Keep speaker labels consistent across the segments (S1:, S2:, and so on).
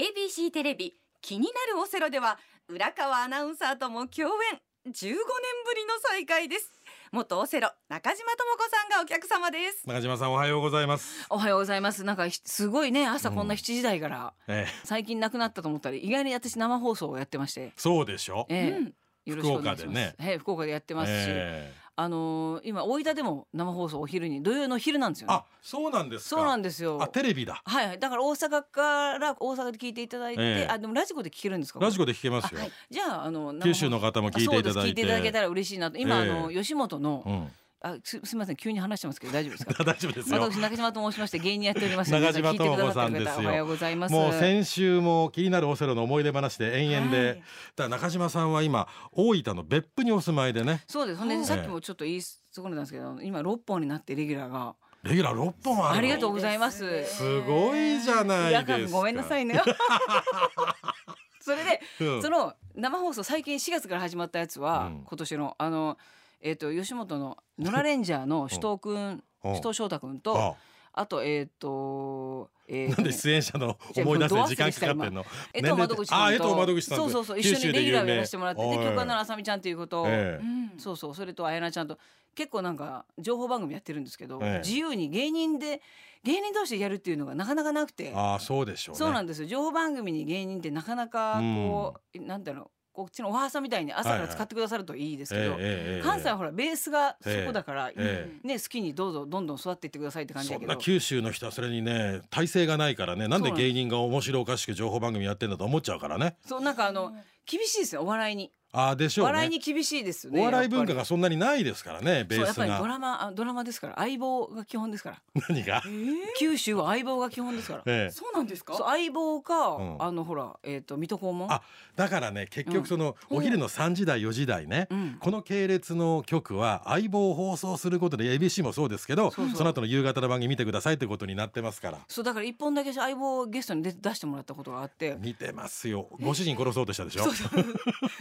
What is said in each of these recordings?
S1: ABC テレビ気になるオセロでは浦川アナウンサーとも共演15年ぶりの再会です元オセロ中島智子さんがお客様です
S2: 中島さんおはようございます。
S3: おはようございます。なんかひすごいね朝こんな
S2: うん
S3: 7時台から、
S2: ええ、
S3: 最近なくなったと思ったら意外に私生放送をやってまして、
S2: そうでしょ。
S3: ええ
S1: うん
S3: よろしくお願いし
S2: 福岡で
S3: ま
S2: ね
S3: す。ええ福岡でやってますし、
S2: ええ
S3: あのー今大分でも生放送お昼に土曜の昼なんですよ、ね。
S2: あ、そうなんですか。
S3: そうなん
S2: で
S3: ですよ。
S2: あ、テレビだ。
S3: はいはい。だから大阪から大阪で聞いていただいて、
S2: ええ
S3: あでもラジコで聞けるんですか。
S2: ラジコで聞けますよ。
S1: はい
S3: じゃああの
S2: 九州の方も聞いていた
S3: あそう
S2: だ
S3: です聞
S2: い
S3: い
S2: て。
S3: ていただけたら嬉しいなと。今、
S2: ええ
S3: あの吉本の、
S2: うん、
S3: あすすみません急に話してますけど大丈夫です か。
S2: 大丈夫ですよ。
S3: 私中島と申しまして芸人やっております。
S2: 中島
S3: 皆ん聞いてくださって
S2: 智
S3: る
S2: 子さんです
S3: 方
S2: よ
S3: おはようございます。
S2: もう先週も気になるオセロの思い出話で延々で、
S3: はい
S2: だから中島さんは今大分の別府にお住まいでね
S3: そうです。ほん
S1: は
S3: で
S1: い
S3: さっきもちょっと言い損ねたんですけど、今六本になってレギュラーが。
S2: レギュラー6本あるの
S3: ありがとうございます
S2: すごいじゃ
S1: い
S2: ない
S3: 夜
S2: で
S3: 間
S2: すか
S3: ごめんなさいね。 それで、
S2: うん
S3: その生放送最近4月から始まったやつは、
S2: うん
S3: 今年のあのえっ、と吉本の野良レンジャーの首藤くん、
S2: うん
S3: 首藤翔太くん
S2: あ
S3: と、あとえっ、とえー
S2: なんで出演者の思い出す
S3: じゃ
S2: の
S3: あ
S2: 時間かかってんの
S3: 江藤窓口さんと
S2: あ江藤窓口さんと
S3: そうそうそう一
S2: 九
S3: 緒に
S2: 州
S3: レ
S2: で
S3: ギュ
S2: 有
S3: ラ
S2: 名
S3: ーをやらせてもらってで
S2: おい
S3: 曲はならあさみちゃんということを、
S2: ええ
S1: うん
S3: そうそうそれとあやなちゃんと結構なんか情報番組やってるんですけど、
S2: ええ
S3: 自由に芸人で芸人同士でやるっていうのがなかなかなくて
S2: ああそうでしょうね
S3: そうなんですよ情報番組に芸人ってなかなかこう、なんだろうこっちのおはさみたいに朝から使ってくださるといいですけど、
S2: ええええええ
S3: 関西はほらベースがそこだから、
S2: え
S3: ね、好きにどうぞどんどん育っていってくださいって感じだ
S2: そ
S3: け
S2: ん
S3: ど
S2: な九州の人はそれにね体制がないからねなんで芸人が面白おかしく情報番組やってんだと思っちゃうからね
S3: そうなんかあの厳しいですねお笑いに、
S2: ああでしょうね
S3: 笑いに厳しいですよね
S2: お笑い文化
S3: やっ
S2: がそんなにないですからね
S3: ぱり
S2: ベース
S3: そうやっぱりド
S2: が
S3: ラマあドラマですから相棒が基本ですから
S2: 何 が、
S1: えー
S3: 九州は相棒が基本ですから
S2: ええ、
S1: そうなんですか
S3: そう相棒か、
S2: うん
S3: あのほらえっ、と水戸黄門
S2: あだからね結局その、お昼の3時台4時台ね、
S3: うん
S2: この系列の局は相棒を放送することで ABC もそうですけど
S3: そうそう
S2: の後の夕方の番組見てくださいってことになってますから
S3: そうだから一本だけ相棒をゲストに出出してもらったことがあって
S2: 見てますよご主人殺そうとしたでしょ、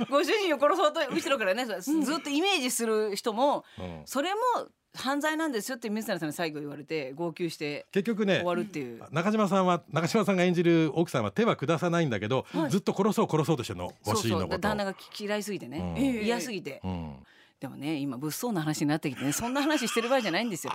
S3: ご主人を殺そうと後ろからねずずっとイメージする人も
S2: うん
S3: それも犯罪なんですよって水谷さんに最後言われて号泣して
S2: 結局ね
S3: 終わるっていう。
S2: 中島さんは中島さんが演じる奥さんは手は下さないんだけど、
S1: はい
S2: ずっと殺そう殺そうとしてるの
S3: そう
S2: ご主人の
S3: そう
S2: こ
S3: だ
S2: とを
S3: 旦那が嫌いすぎてね、
S2: うん
S1: ええ
S3: 嫌すぎて、
S2: うん
S3: でもね今物騒な話になってきてねそんな話してる場合じゃないんですよ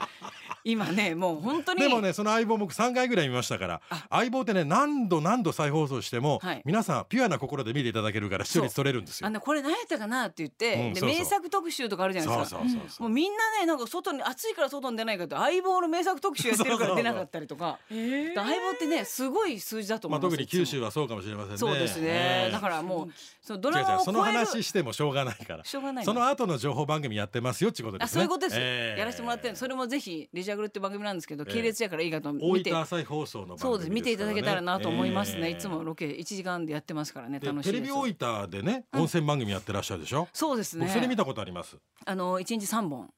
S3: 今ねもう本当に
S2: でもねその相棒僕3回ぐらい見ましたから相棒ってね何度何度再放送しても、
S3: はい
S2: 皆さんピュアな心で見ていただけるから視聴率取れるんです
S3: あ
S2: よ。
S3: のこれ何やったかなって言って、
S2: うん
S3: で
S2: そうそう
S3: 名作特集とかあるじゃない
S2: そ
S3: で
S2: う
S3: すか
S2: そうそうそう
S3: もうみんなねなんか外に暑いから外に出ないかって相棒の名作特集やってるから出なかったりとか
S1: えー
S3: だから相棒ってねすごい数字だと
S2: ま
S3: 思い
S2: あ、
S3: ます、
S2: 特に九州
S3: は
S2: はそうかもしれませんね。
S3: そうですね、だからもうそのドラ
S2: 違う
S3: マ
S2: 違
S3: を
S2: うその
S3: 超える
S2: 話してもしょうがないから
S3: しょうがない
S2: そ
S3: の
S2: の後の情報番組やってますよってことで
S3: あ
S2: す
S3: そ
S2: ね。
S3: ういうことです、
S2: ええ
S3: やらせてもらってるそれもぜひ「レジャーグル」って番組なんですけど、
S2: ええ
S3: 系列やからいいかと
S2: 大
S3: 見て
S2: 分朝日放送の番組
S3: そうです見ていただけたらなと思いますね、
S2: ええ
S3: いつもロケ1時間でやってますからね
S2: で
S3: 楽しい
S2: テレ
S3: で
S2: ビ
S3: す
S2: 大分でね温泉番組やってらっしゃるでしょ、
S3: そうですね
S2: 僕それ見たことあります。
S3: あの一日三本。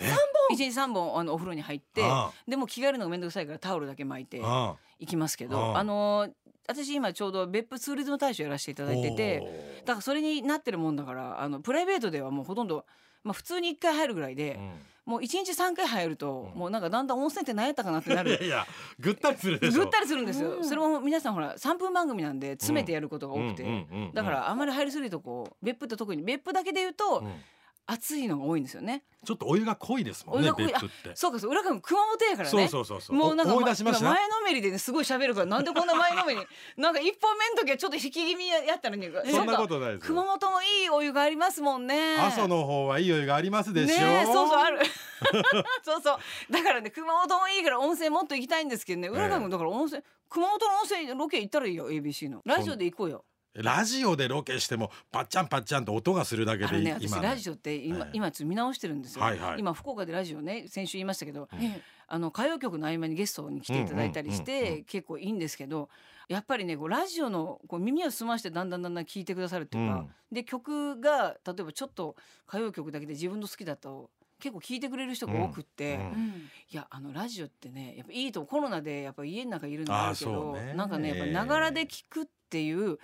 S2: え
S3: 三本。一日三本あのお風呂に入って
S2: ああ、
S3: でも着替えるのが面倒くさいからタオルだけ巻いて
S2: ああ
S3: 行きますけ
S2: あ
S3: ど、
S2: あ
S3: あの私今ちょうど別府ツーリズム大使をやらせていただいてて、
S2: おー
S3: だからそれになってるもんだから、あのプライベートではもうほとんど。まあ普通に一回入るぐらいで
S2: う、ん
S3: もう一日三回入ると、もうなんかだんだん温泉って何やったかなってない
S2: や
S3: る。
S2: いやぐったりす るでしょ
S3: ぐったりするんです
S1: う
S3: よ。
S1: ん
S3: それも皆さんほら三分番組なんで詰めてやることが多く
S2: うんう
S3: て
S2: んうんうんうん、
S3: だからあまり入りすぎるとこう別府って特に別府だけで言うと
S2: うん
S3: 暑いのが多いんですよね。
S2: ちょっとお湯が濃いですもんね
S3: お湯が濃い
S2: 別府って
S3: そうかそう浦上熊本やからね
S2: そうそうそうそう
S3: もうなんか
S2: お思い出しました
S3: なんか前のめりで、ね、すごい喋るからなんでこんな前のめりになんか一本目の時はちょっと引き気味やったのに
S2: そんなことないです
S3: 熊
S2: よ
S3: 本もいいお湯がありますもんね
S2: 阿蘇の方はいいお湯がありますでしょ
S3: ねえそうそうある そうそうだからね熊本もいいから温泉もっと行きたいんですけどね浦上もだから温泉、熊本の温泉ロケ行ったらいいよ ABC のラジオで行こうよ
S2: ラジオでロケしてもパッチャンパッチャンと音がするだけ
S3: あ
S2: で
S3: の
S2: い
S3: ね私
S2: 今
S3: ラジオって今,、
S2: ええ
S3: 今ちょっと見直してるんですよ、
S2: はいはい
S3: 今福岡でラジオね先週言いましたけど、
S1: えー
S3: あの歌謡曲の合間にゲストに来ていただいたりして、
S2: うんうんうんうん
S3: 結構いいんですけどやっぱりねこうラジオのこう耳を澄ましてだんだんだんだん聞いてくださるっていうか、
S2: うん
S3: で曲が例えばちょっと歌謡曲だけで自分の好きだと結構聞いてくれる人が多くって、
S2: うんうん
S1: うん
S3: いやあのラジオってねやっぱいいとこコロナでやっぱ家の中いるのもあるけ
S2: あーそう
S3: ど、
S2: ね
S3: なんかねやっぱ
S2: ええ
S3: ながらで聞くっていう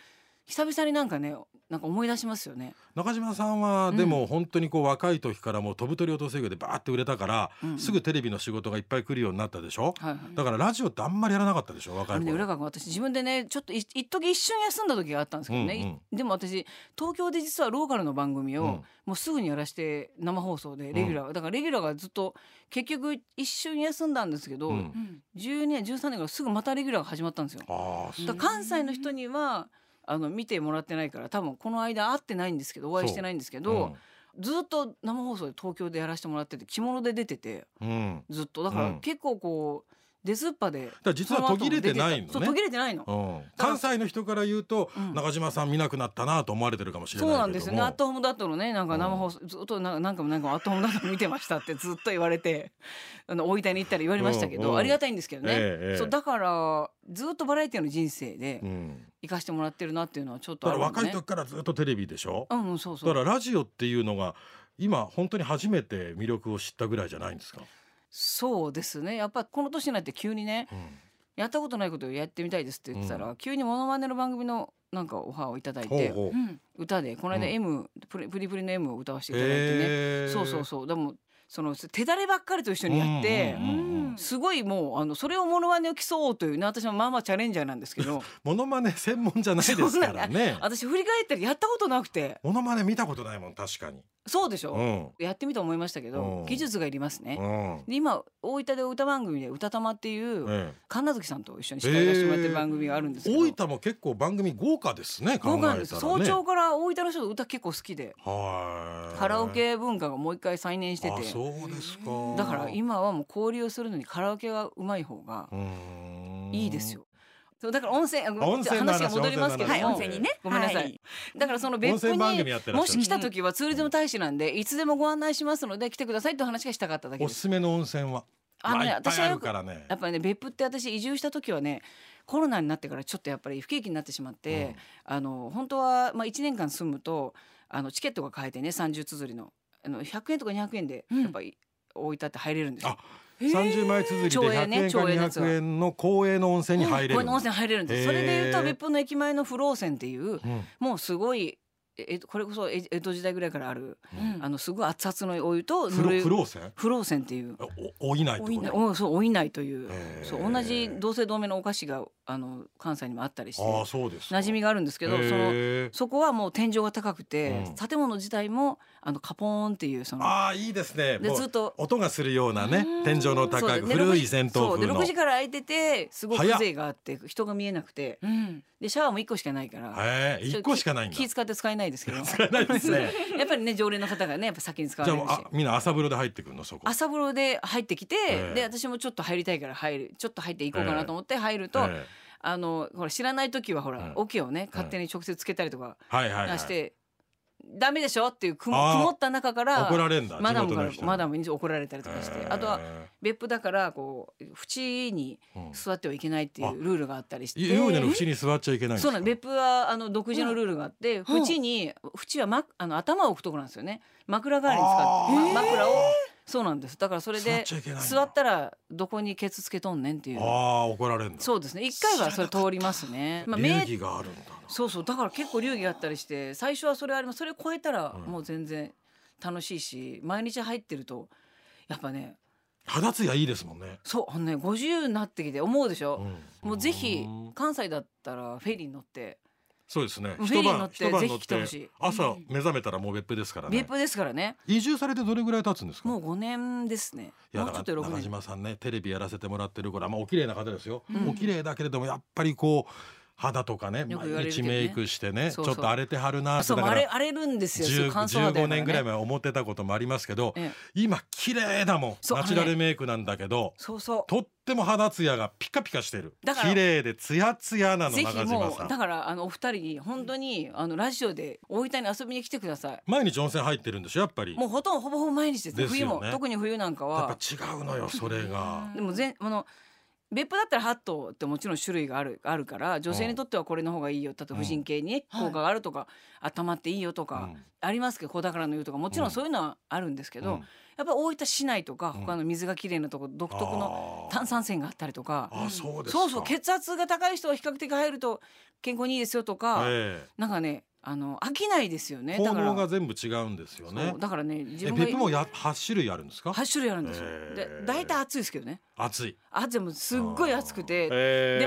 S3: 久々になんかねなんか思い出しますよね。
S2: 中島さんは
S3: うん
S2: でも本当にこう若い時からもう飛ぶ鳥落とせ魚でバーって売れたから、
S3: うん
S2: すぐテレビの仕事がいっぱい来るようになったでしょ
S3: はいはい。
S2: だからラジオってあんまりやらなかったでしょ若
S3: あ
S2: い
S3: れね、
S2: 頃
S3: 浦川君私自分でねちょっとい一時一瞬休んだ時があったんですけどね、
S2: うんうん
S3: いでも私東京で実はローカルの番組を、
S2: うん
S3: もうすぐにやらして生放送でレギュラー、だからレギュラーがずっと結局一瞬休んだんですけど、
S2: うん
S1: うん
S3: 12年13年からすぐまたレギュラーが始まったんですよ。
S2: ああ
S3: だから関西の人にはあの見てもらってないから多分この間会ってないんですけどお会いしてないんですけど、ずっと生放送で東京でやらせてもらってて着物で出てて
S2: うん、うんだ
S3: ずっとだから
S2: うん
S3: 結構こう出ずっぱで
S2: から実は途切れてない
S3: そ
S2: の
S3: の後も出たそう途
S2: ね
S3: 切れてないの。
S2: うん、関西の人から言うと、
S3: うん
S2: 中島さん見なくなったなと思われてるかもしれないけれ
S3: そう
S2: ど
S3: な
S2: も
S3: んですよね。アットホームダットのね、なんか生放送、ずっとななんかもなんかもアットホームダット見てましたってずっと言われて、あの大分に行ったら言われましたけど、
S2: うんうん
S3: ありがたいんですけどね。
S2: ええええ
S3: そうだからずっとバラエティの人生で
S2: うん、
S3: 生かしてもらってるなっていうのはちょっと
S2: だ
S3: あ
S2: か
S3: る
S2: ら
S3: のね。
S2: 若い時からずっとテレビでしょ、
S3: うんうんそうそう。
S2: だからラジオっていうのが今本当に初めて魅力を知ったぐらいじゃないんですか、
S3: そうですね。やっぱこの年になって急にね、
S2: うん
S3: やったことないことをやってみたいですって言ってたら、
S2: う
S3: 急にモノマネの番組のなんかオファーをいただい
S2: ほう
S3: て、
S2: ほう
S1: う、ん
S3: 歌でこの間
S2: うん
S3: M、プリプリプリの M を歌わせていただいてね。
S2: え
S3: そうそうそうでもその手だればっかりと一緒にやって、
S2: うんうんうん
S3: すごいもうあのそれをモノマネを競おうというね私もまあまあチャレンジャーなんですけ ど
S2: モノマネ専門じゃないですからね
S3: 私振り返ったりやったことなくて
S2: モノマネ見たことないもん確かに
S3: そうでし
S2: う
S3: ょ、
S2: ん、
S3: やってみて思いましたけど、
S2: うん
S3: 技術がいります
S2: う
S3: ね。
S2: ん
S3: で今大分で歌番組で「歌たま」っていう、
S2: ええ
S3: 神奈月さんと一緒に司会をしてもらってる番組があるんですけど、
S2: 大分も結構番組豪華ですね考え
S3: 僕
S2: たら
S3: なん
S2: ね
S3: です早朝から大分の人の歌結構好きで
S2: はい
S3: カラオケ文化がもう一回再燃して
S2: あ
S3: て
S2: そうですか
S3: だから今はもう交流するのにカラオケがうまい方が
S2: うーん
S3: いいですよ。そうだから温泉あごめん
S2: 温泉の話
S3: 話が戻りますけども、
S1: はい温泉にね
S3: ごめんなさい。
S1: はい
S3: だからその
S2: 温
S3: 別府
S2: 泉番組
S3: に
S2: やってらっ
S3: も
S2: しゃ
S3: し
S2: る
S3: 来た時はツーリズム大使なんでいつでもご案内しますので来てくださいって話がしたかっただけ
S2: お
S3: ですす。
S2: すめの温泉は
S3: あのね
S2: まいっぱい
S3: 私は
S2: あ
S3: よ
S2: る
S3: く
S2: か
S3: や
S2: らね
S3: っぱりね別府って私移住した時はねコロナになってからちょっとやっぱり不景気になってしまって、あの本当はまあ1年間住むとあのチケットが買えてね30つづりのあの100円とか200円で
S1: うん
S3: やっぱり大分って入れるんですよ。
S2: 三十枚続きで
S3: 町
S2: 100
S3: 営ね
S2: 円か
S3: 町営のやつは
S2: 200円の公営の温泉に入れ
S3: こ
S2: る
S3: れの温泉入れるんです。それで言う
S2: へ
S3: と
S2: ー
S3: 別府の駅前の不老泉っていう
S2: うん
S3: もうすごいええこれこそえ江戸時代ぐらいからある、
S1: うん
S3: あのすごい熱々のお湯と
S2: 風
S3: ぬる
S2: 呂
S3: い
S2: 風呂泉
S3: 不老泉っていう
S2: おおいないって
S3: お
S2: こ
S3: 稲
S2: と
S3: おそうお稲荷という
S2: へー
S3: そう同じ同姓同名のお菓子があの関西にもあったりして
S2: ああそうですか
S3: 馴染みがあるんですけどその
S2: へえ
S3: そこはもう天井が高くて、
S2: うん
S3: 建物自体もあのカポーンっていうその
S2: ああいいですね
S3: で
S2: もう
S3: ずっと
S2: 音がするようなね
S1: うん
S2: 天井の
S3: そう
S2: 高
S3: で
S2: い
S3: で6
S2: 古い
S3: 時
S2: 戦闘風
S3: そうで6時
S2: の
S3: から空いててすごい
S2: 早っ
S3: 風情があって人が見えなくて
S1: うん
S3: でシャワーも1個しかないから
S2: ええ
S3: ちょ
S2: 一個しかないんだ
S3: 気気使って使えないですけど
S2: 使えないですね
S3: やっぱりね常連の方がねやっぱ先に使わ
S2: じゃ
S3: れ
S2: あ
S3: る
S2: もう
S3: し
S2: あ。みんな朝風呂で入ってくるのそこ
S3: 朝風呂で入ってきて、
S2: ええ
S3: で私もちょっと入りたいから入るちょっと入っていこうかなと思って入ると、
S2: ええ
S3: あのほら知らない時はほら、
S2: うん
S3: オケをね勝手に直接つけたりとか
S2: はいはいは
S3: 出
S2: い
S3: して、ダメでしょっていう曇
S2: あー
S3: 曇った中から
S2: 怒られんだ
S3: マダム
S2: 地元
S3: か
S2: の
S3: ら
S2: 人に
S3: マダムに怒られたりとかして、
S2: ええ
S3: あとは別府だからこう縁に
S2: うん
S3: 座ってはいけないっていうルールがあったりして。
S2: 湯船の縁に座っちゃいけないんです
S3: そう
S2: か
S3: なんです別府はあの独自のルールがあって、
S1: うん
S3: 縁に縁は、ま、あの頭を置くところなんですよね枕代わりに使って
S2: あー
S3: 枕をそうなんですだからそれ
S2: 座っ
S3: で
S2: ちゃいけないんだ
S3: 座ったらどこにケツつけとんねんっていう
S2: ああ怒られんだ
S3: そうですね一回はそれ通りますねまあ
S2: 流
S3: 名
S2: 儀があるんだな
S3: そうそうだから結構流儀があったりして最初はそれありますそれを超えたら
S2: うん
S3: もう全然楽しいし毎日入ってるとやっぱね
S2: 肌ツヤいいですもんね
S3: そうあのね50になってきて思うでしょ、
S2: うん
S3: もうぜひ
S2: ん
S3: 関西だったらフェリーに乗って
S2: そうですね
S3: フェ
S2: 一
S3: リーに乗
S2: 晩
S3: って
S2: 一晩
S3: ぜ
S2: 乗
S3: ひ
S2: っ
S3: 来てほ
S2: て
S3: しい
S2: 朝目覚めたらもう別府ですから
S3: 別
S2: ね
S3: 府ですからね
S2: 移住されてどれぐらい経つんですか
S3: もう5年ですね。
S2: いや
S3: もう
S2: だ
S3: ちょ
S2: から
S3: っとで
S2: 中
S3: 6年。
S2: 島さんねテレビやらせてもらってるからまあお綺麗な方ですよ、
S3: うん
S2: お綺麗だけれどもやっぱりこう肌とかね
S3: よく言わ
S2: 毎
S3: れるけ
S2: 日
S3: どね
S2: メイクしてね
S3: そうそう
S2: ちょっと荒れてはるなっ
S3: あ
S2: て
S3: そう、
S2: だか
S3: 荒れ、
S2: ら
S3: 荒れるんですよ。そうい
S2: 10
S3: う乾燥
S2: 15
S3: 肌やからね
S2: 年ぐらい前思ってたこともありますけど、
S3: ええ
S2: 今綺麗だもん
S3: そう
S2: ナチュラルメイクなんだけど、
S3: そうそ
S2: とっても肌ツヤがピカピカしてる
S3: だから
S2: 綺麗でツヤツヤな
S3: う。
S2: の
S3: ぜ
S2: 中
S3: ひ
S2: 島
S3: も
S2: さ
S3: う、だ
S2: ん
S3: から、あの、お二人に、本当に、あの、ラジオで、大分に遊びに来てください。
S2: 毎日温泉入ってるんでしょやっぱり
S3: もう、ほとんど、ほぼほぼ毎日です。
S2: です
S3: 冬
S2: よね
S3: も、特に冬なんか
S2: やっぱ
S3: は。
S2: 違うのよそれが
S3: でも、全、あの。別府だったらハットってもちろん種類があるあるから女性にとってはこれの方がいいよ例えば婦人系にね
S1: うん
S3: 効果があるとか、頭っていいよとか、
S2: うん
S3: ありますけど子宝の湯とかもちろんそういうのはあるんですけど、
S2: うん
S3: やっぱ大分市内とか
S2: うん
S3: 他の水がきれいなとこ独特の
S2: の
S3: 炭酸泉があったりとか、
S2: あそうですか
S3: そうそう血圧が高い人は比較的入ると健康にいいですよとか、
S2: ええ
S3: なんかねあの飽きないですよね
S2: 効
S3: だから
S2: 能が全部違うんですよね
S3: そうだからね自
S2: え
S3: 分
S2: 別府も
S3: が
S2: や8種類あるんですか
S3: 8種類あるんですよ
S2: へー
S3: で大体暑いですけどね
S2: 熱い
S3: あでもすっごい暑くてで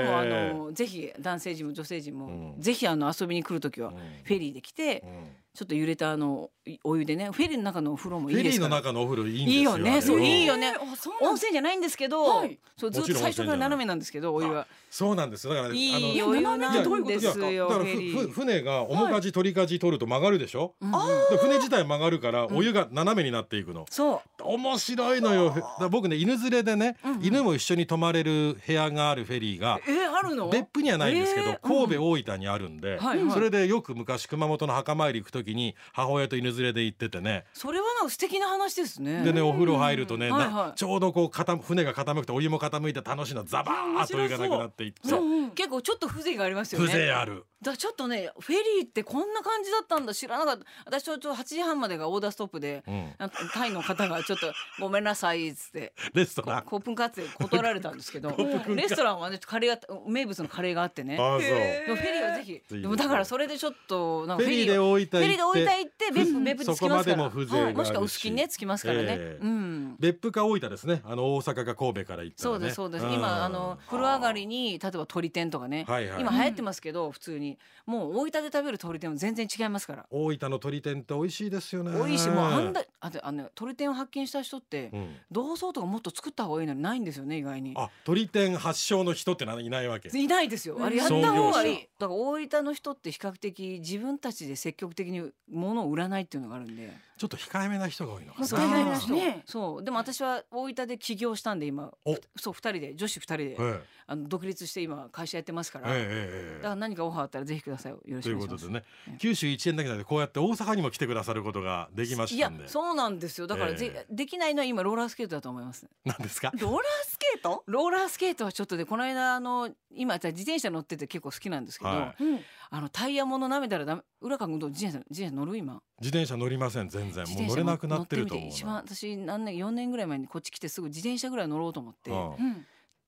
S2: で
S3: もあのぜひ男性陣も女性陣も、
S2: うん
S3: ぜひあの遊びに来る時はフェリーで来て、ちょっと揺れたあのいお湯でねフェリーの中のお風呂も
S2: フ
S3: い
S2: ェ
S3: いで
S2: リ
S3: す
S2: ー
S3: か
S2: の
S3: ら
S2: 中のお風呂いいんですよ
S3: いいよね
S2: あれ
S3: そういいよね
S1: えーあそうなんだ
S3: 温泉じゃないんですけど、
S1: はい
S3: そうずっ
S2: もち
S3: と
S2: ろん
S3: 最初から斜めなんですけどお湯は
S2: そうなんですだから
S3: い
S2: あの
S3: いお湯なんです
S2: いや
S3: よ
S2: だ
S3: フ
S2: から
S3: ェリ
S2: ふふ
S3: ー。
S2: 船が重かじ取りかじ取ると曲がるでしょ、
S3: うん
S2: で船自体曲がるからお湯が斜めになっていくの、
S3: そ
S2: 面白いのよだから僕ね犬連れでね、
S3: うんうん
S2: 犬も一緒に泊まれる部屋があるフェリーが
S3: うえあるの
S2: 別府にはないんですけど、
S3: えー
S2: 神戸大分にあるんで、
S3: はいはい
S2: それでよく昔熊本の墓参り行く時に母親と犬連れで行っててね
S3: それはなんか素敵な話ですね。
S2: でねお風呂入るとね、
S3: うんはいはい
S2: なちょうどこう傾船が傾くてお湯も傾いて楽しいのザバーッとお湯がなくなっていって
S3: そう
S1: うんうん
S3: 結構ちょっと風情がありますよね。
S2: 風情ある。
S3: だからちょっとねフェリーってこんな感じだったんだ知らなかった私ちょっと8時半までがオーダーストップで、
S2: うん
S3: なんかタイの方がちょっと「ごめんなさい」っつって
S2: レスト
S3: コ
S2: ラン。
S3: ープンカツで断られたんです けどレストランはねカレーが名物のカレーがあってね
S2: あ
S1: へ
S3: でもフェリーはぜひ
S2: いいですね
S3: でもだからそれでちょっとなん
S2: フ
S3: か
S2: ェリー
S3: は
S2: で大分
S3: フェリーで
S2: 行っ
S3: 置いた
S2: て
S3: いって別府
S2: うん
S3: 別府つきますか
S2: そ
S3: ら
S2: こまでも風情があるし
S3: はいもしくは薄木にねつきますからね、
S2: ええ
S3: うん
S2: 別府か大分ですねあの大阪か神戸から行った
S3: そ
S2: ら
S3: う
S2: ね
S3: ですそうです、
S2: ん
S3: 今あの風呂上がりに例えば鳥天とかね、
S2: はいはい
S3: 今流行ってますけど普通にもう大分で食べる鳥天も全然違いますから
S2: 大分の鶏天って美味しいですよね
S3: 美味しいもうあんだあとあの鳥天を発見した人って
S2: うん
S3: 同窓とかもっと作った方がいいのにないんですよね意外に
S2: あ鶏天発祥の人ってないないわけ
S3: いないですよあれやった
S2: 創業者
S3: 方がいいだから大分の人って比較的自分たちで積極的に物を売らないっていうのがあるんで
S2: ちょっと控えめな人が多いのか
S1: もったいないな
S3: 人
S1: ね
S3: そうでも私は大分で起業したんで今
S2: お
S3: ふそう2人で女子2人で
S2: ええ
S3: あの独立して今会社やってますから、
S2: えええ
S3: だ
S2: え
S3: から何かオファーあったらぜひくださいよろし
S2: とい
S3: く
S2: う
S3: お願
S2: こ
S3: いし
S2: と
S3: ま
S2: ですね
S3: うん
S2: 九州一円だけじゃなくてこうやって大阪にも来てくださることができま
S3: い
S2: した
S3: や
S2: んで
S3: そうなんですよだからぜ、
S2: え
S3: できないのは今ローラースケートだと思います
S2: なんですか
S1: ローラースケート、
S3: ローラースケートはちょっとでこの間あの今自転車乗ってて結構好きなんですけど、
S2: はい
S1: うん、
S3: あのタイヤもの舐めたらダメ浦川君どう自転車自転車乗る今
S2: 自転車乗りません全然も
S3: 自
S2: う
S3: 転
S2: 乗
S3: 車
S2: れ
S3: も
S2: なくなってると思うな
S3: 乗てみて一番私何年4年ぐらい前にこっち来てすぐ自転車ぐらい乗ろうと思って、
S2: うん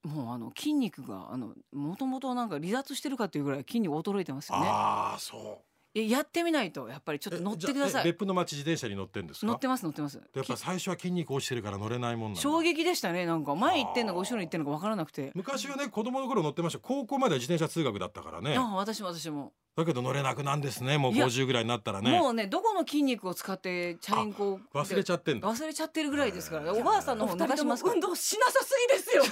S1: うん、
S3: もうあの筋肉があのもともとなんか離脱してるかっていうぐらい筋肉衰えてますよね
S2: ああそう
S3: いややってみないとやっぱりちょっ
S2: え
S3: と乗って
S2: じゃあ
S3: くださ
S2: え
S3: い
S2: 別府の町自転車に乗ってんですか
S3: 乗ってます乗ってます
S2: やっぱ
S3: き
S2: 最初は筋肉落ちてるから乗れないもんなんだ
S3: 衝撃でしたねなんか前行ってんのか後ろに行ってんのか分からなくて、
S2: 昔はね子供の頃乗ってました高校までは自転車通学だったからね
S3: あ私も私も、
S2: だけど乗れなくなんですねもう
S3: いや
S2: 50ぐらいになったらね
S3: もうねどこの筋肉を使ってチャリンコで
S2: 忘れちゃってんだ
S3: 忘れちゃってるぐらいですか
S2: へ
S3: ら
S2: ー
S3: おばあさんの
S1: お
S3: 方
S1: 二
S3: 逃
S1: 人
S3: し
S1: と
S3: ま
S1: も
S3: すから
S1: 運動しなさすぎですよ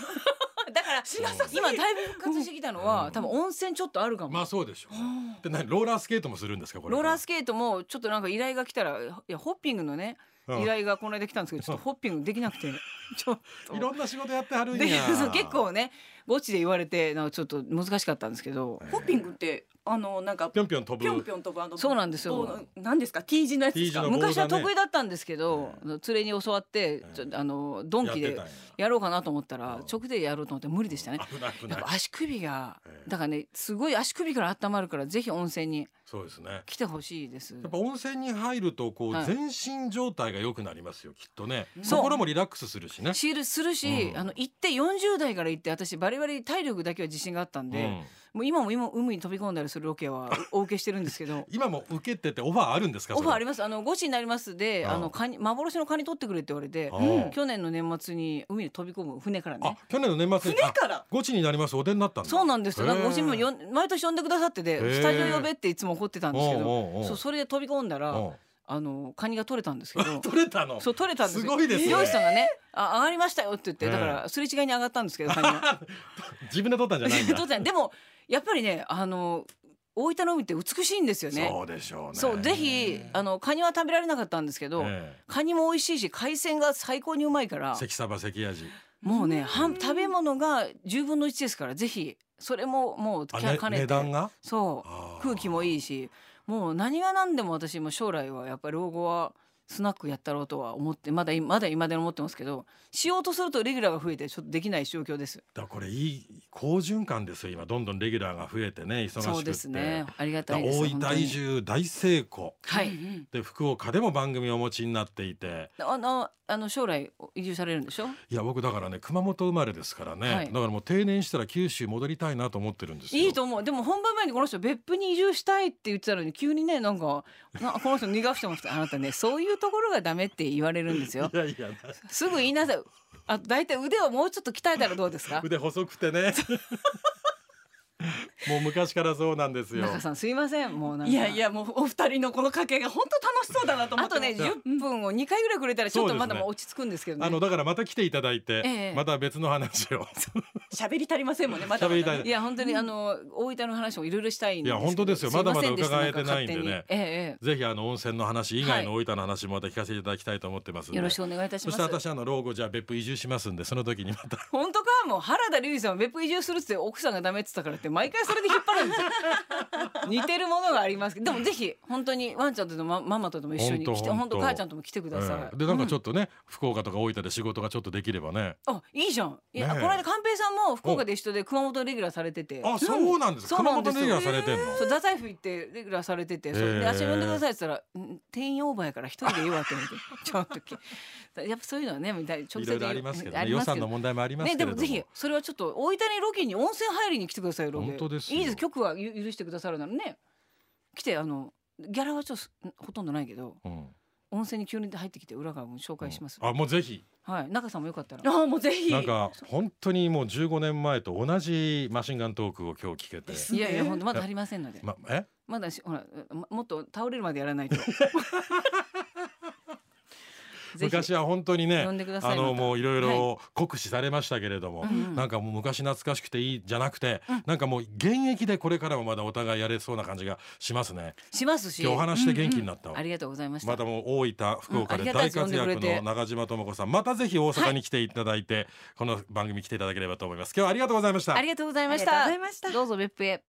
S3: だから
S1: しなさすぎ
S3: 今だいぶ復活してきたのは多分温泉ちょっとあるか
S2: ま
S3: も
S2: あそうでしょうね、で何ローラースケートもするんですかこれ
S3: ローラースケートもちょっとなんか依頼が来たらいやホッピングのね
S2: うん
S3: 依頼がこの間来たんですけどちょっとホッピングできなく てちょっと
S2: いろんな仕事やってはるんや
S3: でそう結構ねゴチで言われてなんかちょっと難しかったんですけど
S1: ホッピングってあのなんか
S2: ぴ
S1: ぴ
S2: ょんぴょん飛ぶ
S1: ょんぴょん飛ぶあの
S3: そうなんですよ
S1: 棒のなんですか T 字のやつです
S2: T 字
S1: か
S2: の棒
S3: 昔は得意だったんですけど
S2: え
S3: 連れに教わってちょあのドンキ
S2: やって
S3: で
S2: たんや
S3: やろうかなと思ったら
S2: うん
S3: 直でやろうと思って無理でしたね。
S2: 危ない危
S3: や
S2: な
S3: っ
S2: い
S3: ぱ足首が
S2: ええ
S3: だからねすごい足首から温まるからぜひ温泉に
S2: そうですね
S3: 来てほしいです
S2: やっぱ温泉に入るとこう、
S3: はい
S2: 全身状態が良くなりますよきっとね
S3: そう
S2: 心もリラックスするしね、
S3: シールするし、
S2: うん
S3: あの行って40代から行って私バリバリ体力だけは自信があったん
S2: う
S3: で、
S2: ん、
S3: もう今も今海に飛び込んだりするロ ケはお受けしてるんですけど
S2: 今も受けててオファーあるんですか
S3: オファーあり
S2: ま
S3: ますあの5時になりますで
S2: ああ
S3: あのカニ幻のカニ取ってくれって言われて
S2: ああ
S3: 去年の年末に海に飛び込む船から
S2: あ
S3: ね
S2: 去年の年末に
S1: 船から
S2: ゴチになりますお出になったんだ
S3: そうなんですよなんかご自分も
S2: ん
S3: よん毎年呼んでくださって
S2: へ
S3: て
S2: え
S3: スタジオ呼べっていつも怒ってたんですけど
S2: おうおうおう
S3: そうそれで飛び込んだら
S2: おう
S3: あのカニが取れたんです けど
S2: 取れたの
S3: そう取れたんですよ
S2: すごいですね
S3: 漁師さんがね「あ上がりましたよ」って言ってだか
S2: え
S3: らすれ違いに上がったんですけどカニが。
S2: 自分で取ったんじゃないんだ
S3: どうだでもやっぱりねあの大分の海って美しいんですよね。
S2: うでしょうね
S3: そうぜひあのカニは食べられなかったんですけど、
S2: え
S3: カニも美味しいし海鮮が最高にうまいか
S2: え
S3: ら
S2: 関サバ関味
S3: もうねはん食べ物が10分の1ですからぜひそれももう
S2: あ、
S3: きゃ
S2: ね、値
S3: 兼ね
S2: 段
S3: て
S2: が
S3: そう空気も
S2: い
S3: いいしもう何が何でも私も将来はやっぱり老後はスナックやったろうとは思ってまだまだ今でも思ってますけどしようとするとレギュラーが増えてちょっとできない状況です。
S2: だからこれいい好循環ですよ今どんどんレギュラーが増えてね忙しくって
S3: そうですねありが
S2: だ
S3: た
S2: か
S3: い
S2: ら
S3: です
S2: 大
S3: 本当
S2: 分
S3: に
S2: 移住大成功
S3: はい、
S1: うん
S2: で福岡でも番組をお持ちになっていて
S3: あのあの将来移住されるんでしょ
S2: いや僕だからね熊本生まれですからね、
S3: はい
S2: だからもう定年したら九州戻りたいなと思ってるんですよ
S3: いいと思うでも本番前にこの人別府に移住したいって言ってたのに急にねなん かなこの人逃がしてましたあなたねそういうところがダメって言われるんで すよ
S2: いやいや
S3: すぐ言いなさいあだいたい腕をもうちょっと鍛えたらどうですか
S2: 腕細くて ねもう昔からそうなんですよ
S3: 中さんすいませんもうなんか
S1: いやいやもうお二人のこの掛けが本当楽しそうだなと思
S3: あ
S1: って
S3: とね
S1: ます
S3: 10分を2回ぐらいくれたらちょっと
S2: そ
S3: ま
S2: うです
S3: だ
S2: ね
S3: まあ落ち着くんですけどね
S2: あのだからまた来ていただいて、
S3: ええ
S2: また別の話 を
S1: 喋り足りませんもんねまだまだ
S2: 喋り足りない
S3: いや本当にあの大分の話もいろいろしたいんですけど
S2: いや本当ですよまだまだ伺えてないんでね
S3: すませしたか勝手にえええ
S2: ぜひあの温泉の話以外の
S3: は
S2: 大分の話もまた聞かせていただきたいと思ってますん
S3: え
S2: で
S3: よろしくお願いいたし
S2: そ
S3: ま
S2: して
S3: す
S2: 私あの老後じゃあ別府移住しますんでその時にまた
S3: 本当かもう原田龍二さんは別府移住するっつって奥さんがダメっつったからって毎回それで引っ張るんで すよ似てるものがありますけどでもぜひ本当にワンちゃんとのマママとも一緒に来て
S2: 本当
S3: 本当
S2: 本当
S3: 母ちゃんとも来てください、
S2: ええでなんかちょ
S3: っ
S2: っとね、福岡とか大分で仕事がちょっとできればね
S3: と、あいいじゃんいや、
S2: ねえ
S3: この間寛平さんも福岡で一緒で熊本レギュラーされてて
S2: あそうなんです
S3: そう
S2: 熊
S3: なん
S2: 本
S3: です
S2: レ
S3: よ
S2: ギュラーされてんの
S3: そう太宰府行ってレギュラーされててそれ
S2: へ
S3: で
S2: え
S3: 足呼んでくださいって言ったらん「店員オーバーやから一人で言うわ」って言われてちょっときやっぱそういうのはねだい直接
S2: いろいろありますけどね予算の問題もあります
S3: ね、
S2: けれ
S3: で
S2: ど
S3: も
S2: も、
S3: ぜひそれはちょっと大分にロケに温泉入りに来てくださいロケ
S2: 本当ですよ
S3: いいです局はゆ許してくださるならね来てあのギャラはちょっとすほとんどないけど
S2: うん、
S3: 温泉に急に入ってきて裏側も紹介します、
S2: あもうぜひ
S3: はい中さんもよかったら
S1: あもうぜひ
S2: なんか本当にもう15年前と同じマシンガントークを今日聞けて
S1: で、す
S3: いやいや
S1: ね
S3: 本当まだ足りませんので、ま
S2: ま、え
S3: だしほらまもっと倒れるまでやらな いとぜひ
S2: 昔は本当にね
S3: 呼んでください
S2: あの
S3: また
S2: もういろい
S3: は
S2: ろ酷使されましたけれども、
S3: うんうん
S2: なんかもう昔懐かしくていいじゃなくて、
S3: うん
S2: なんかもう現役でこれからもまだお互いやれそうな感じがしますね
S3: しますし
S2: 今日お話して元気になったわ、
S3: ありがとうございました
S2: またもう大分福岡
S3: うんあり
S2: で
S3: がた
S2: 大
S3: いで
S2: 活
S3: す
S2: 躍
S3: 呼んでくれ
S2: の
S3: て
S2: 中島智子さんまたぜひ大阪に来ていただいて、この番組来ていただければと思います今日はありがとうございました
S3: ありがとうございまし
S1: あ
S3: た
S1: りがとうございました
S3: どうぞ別府へ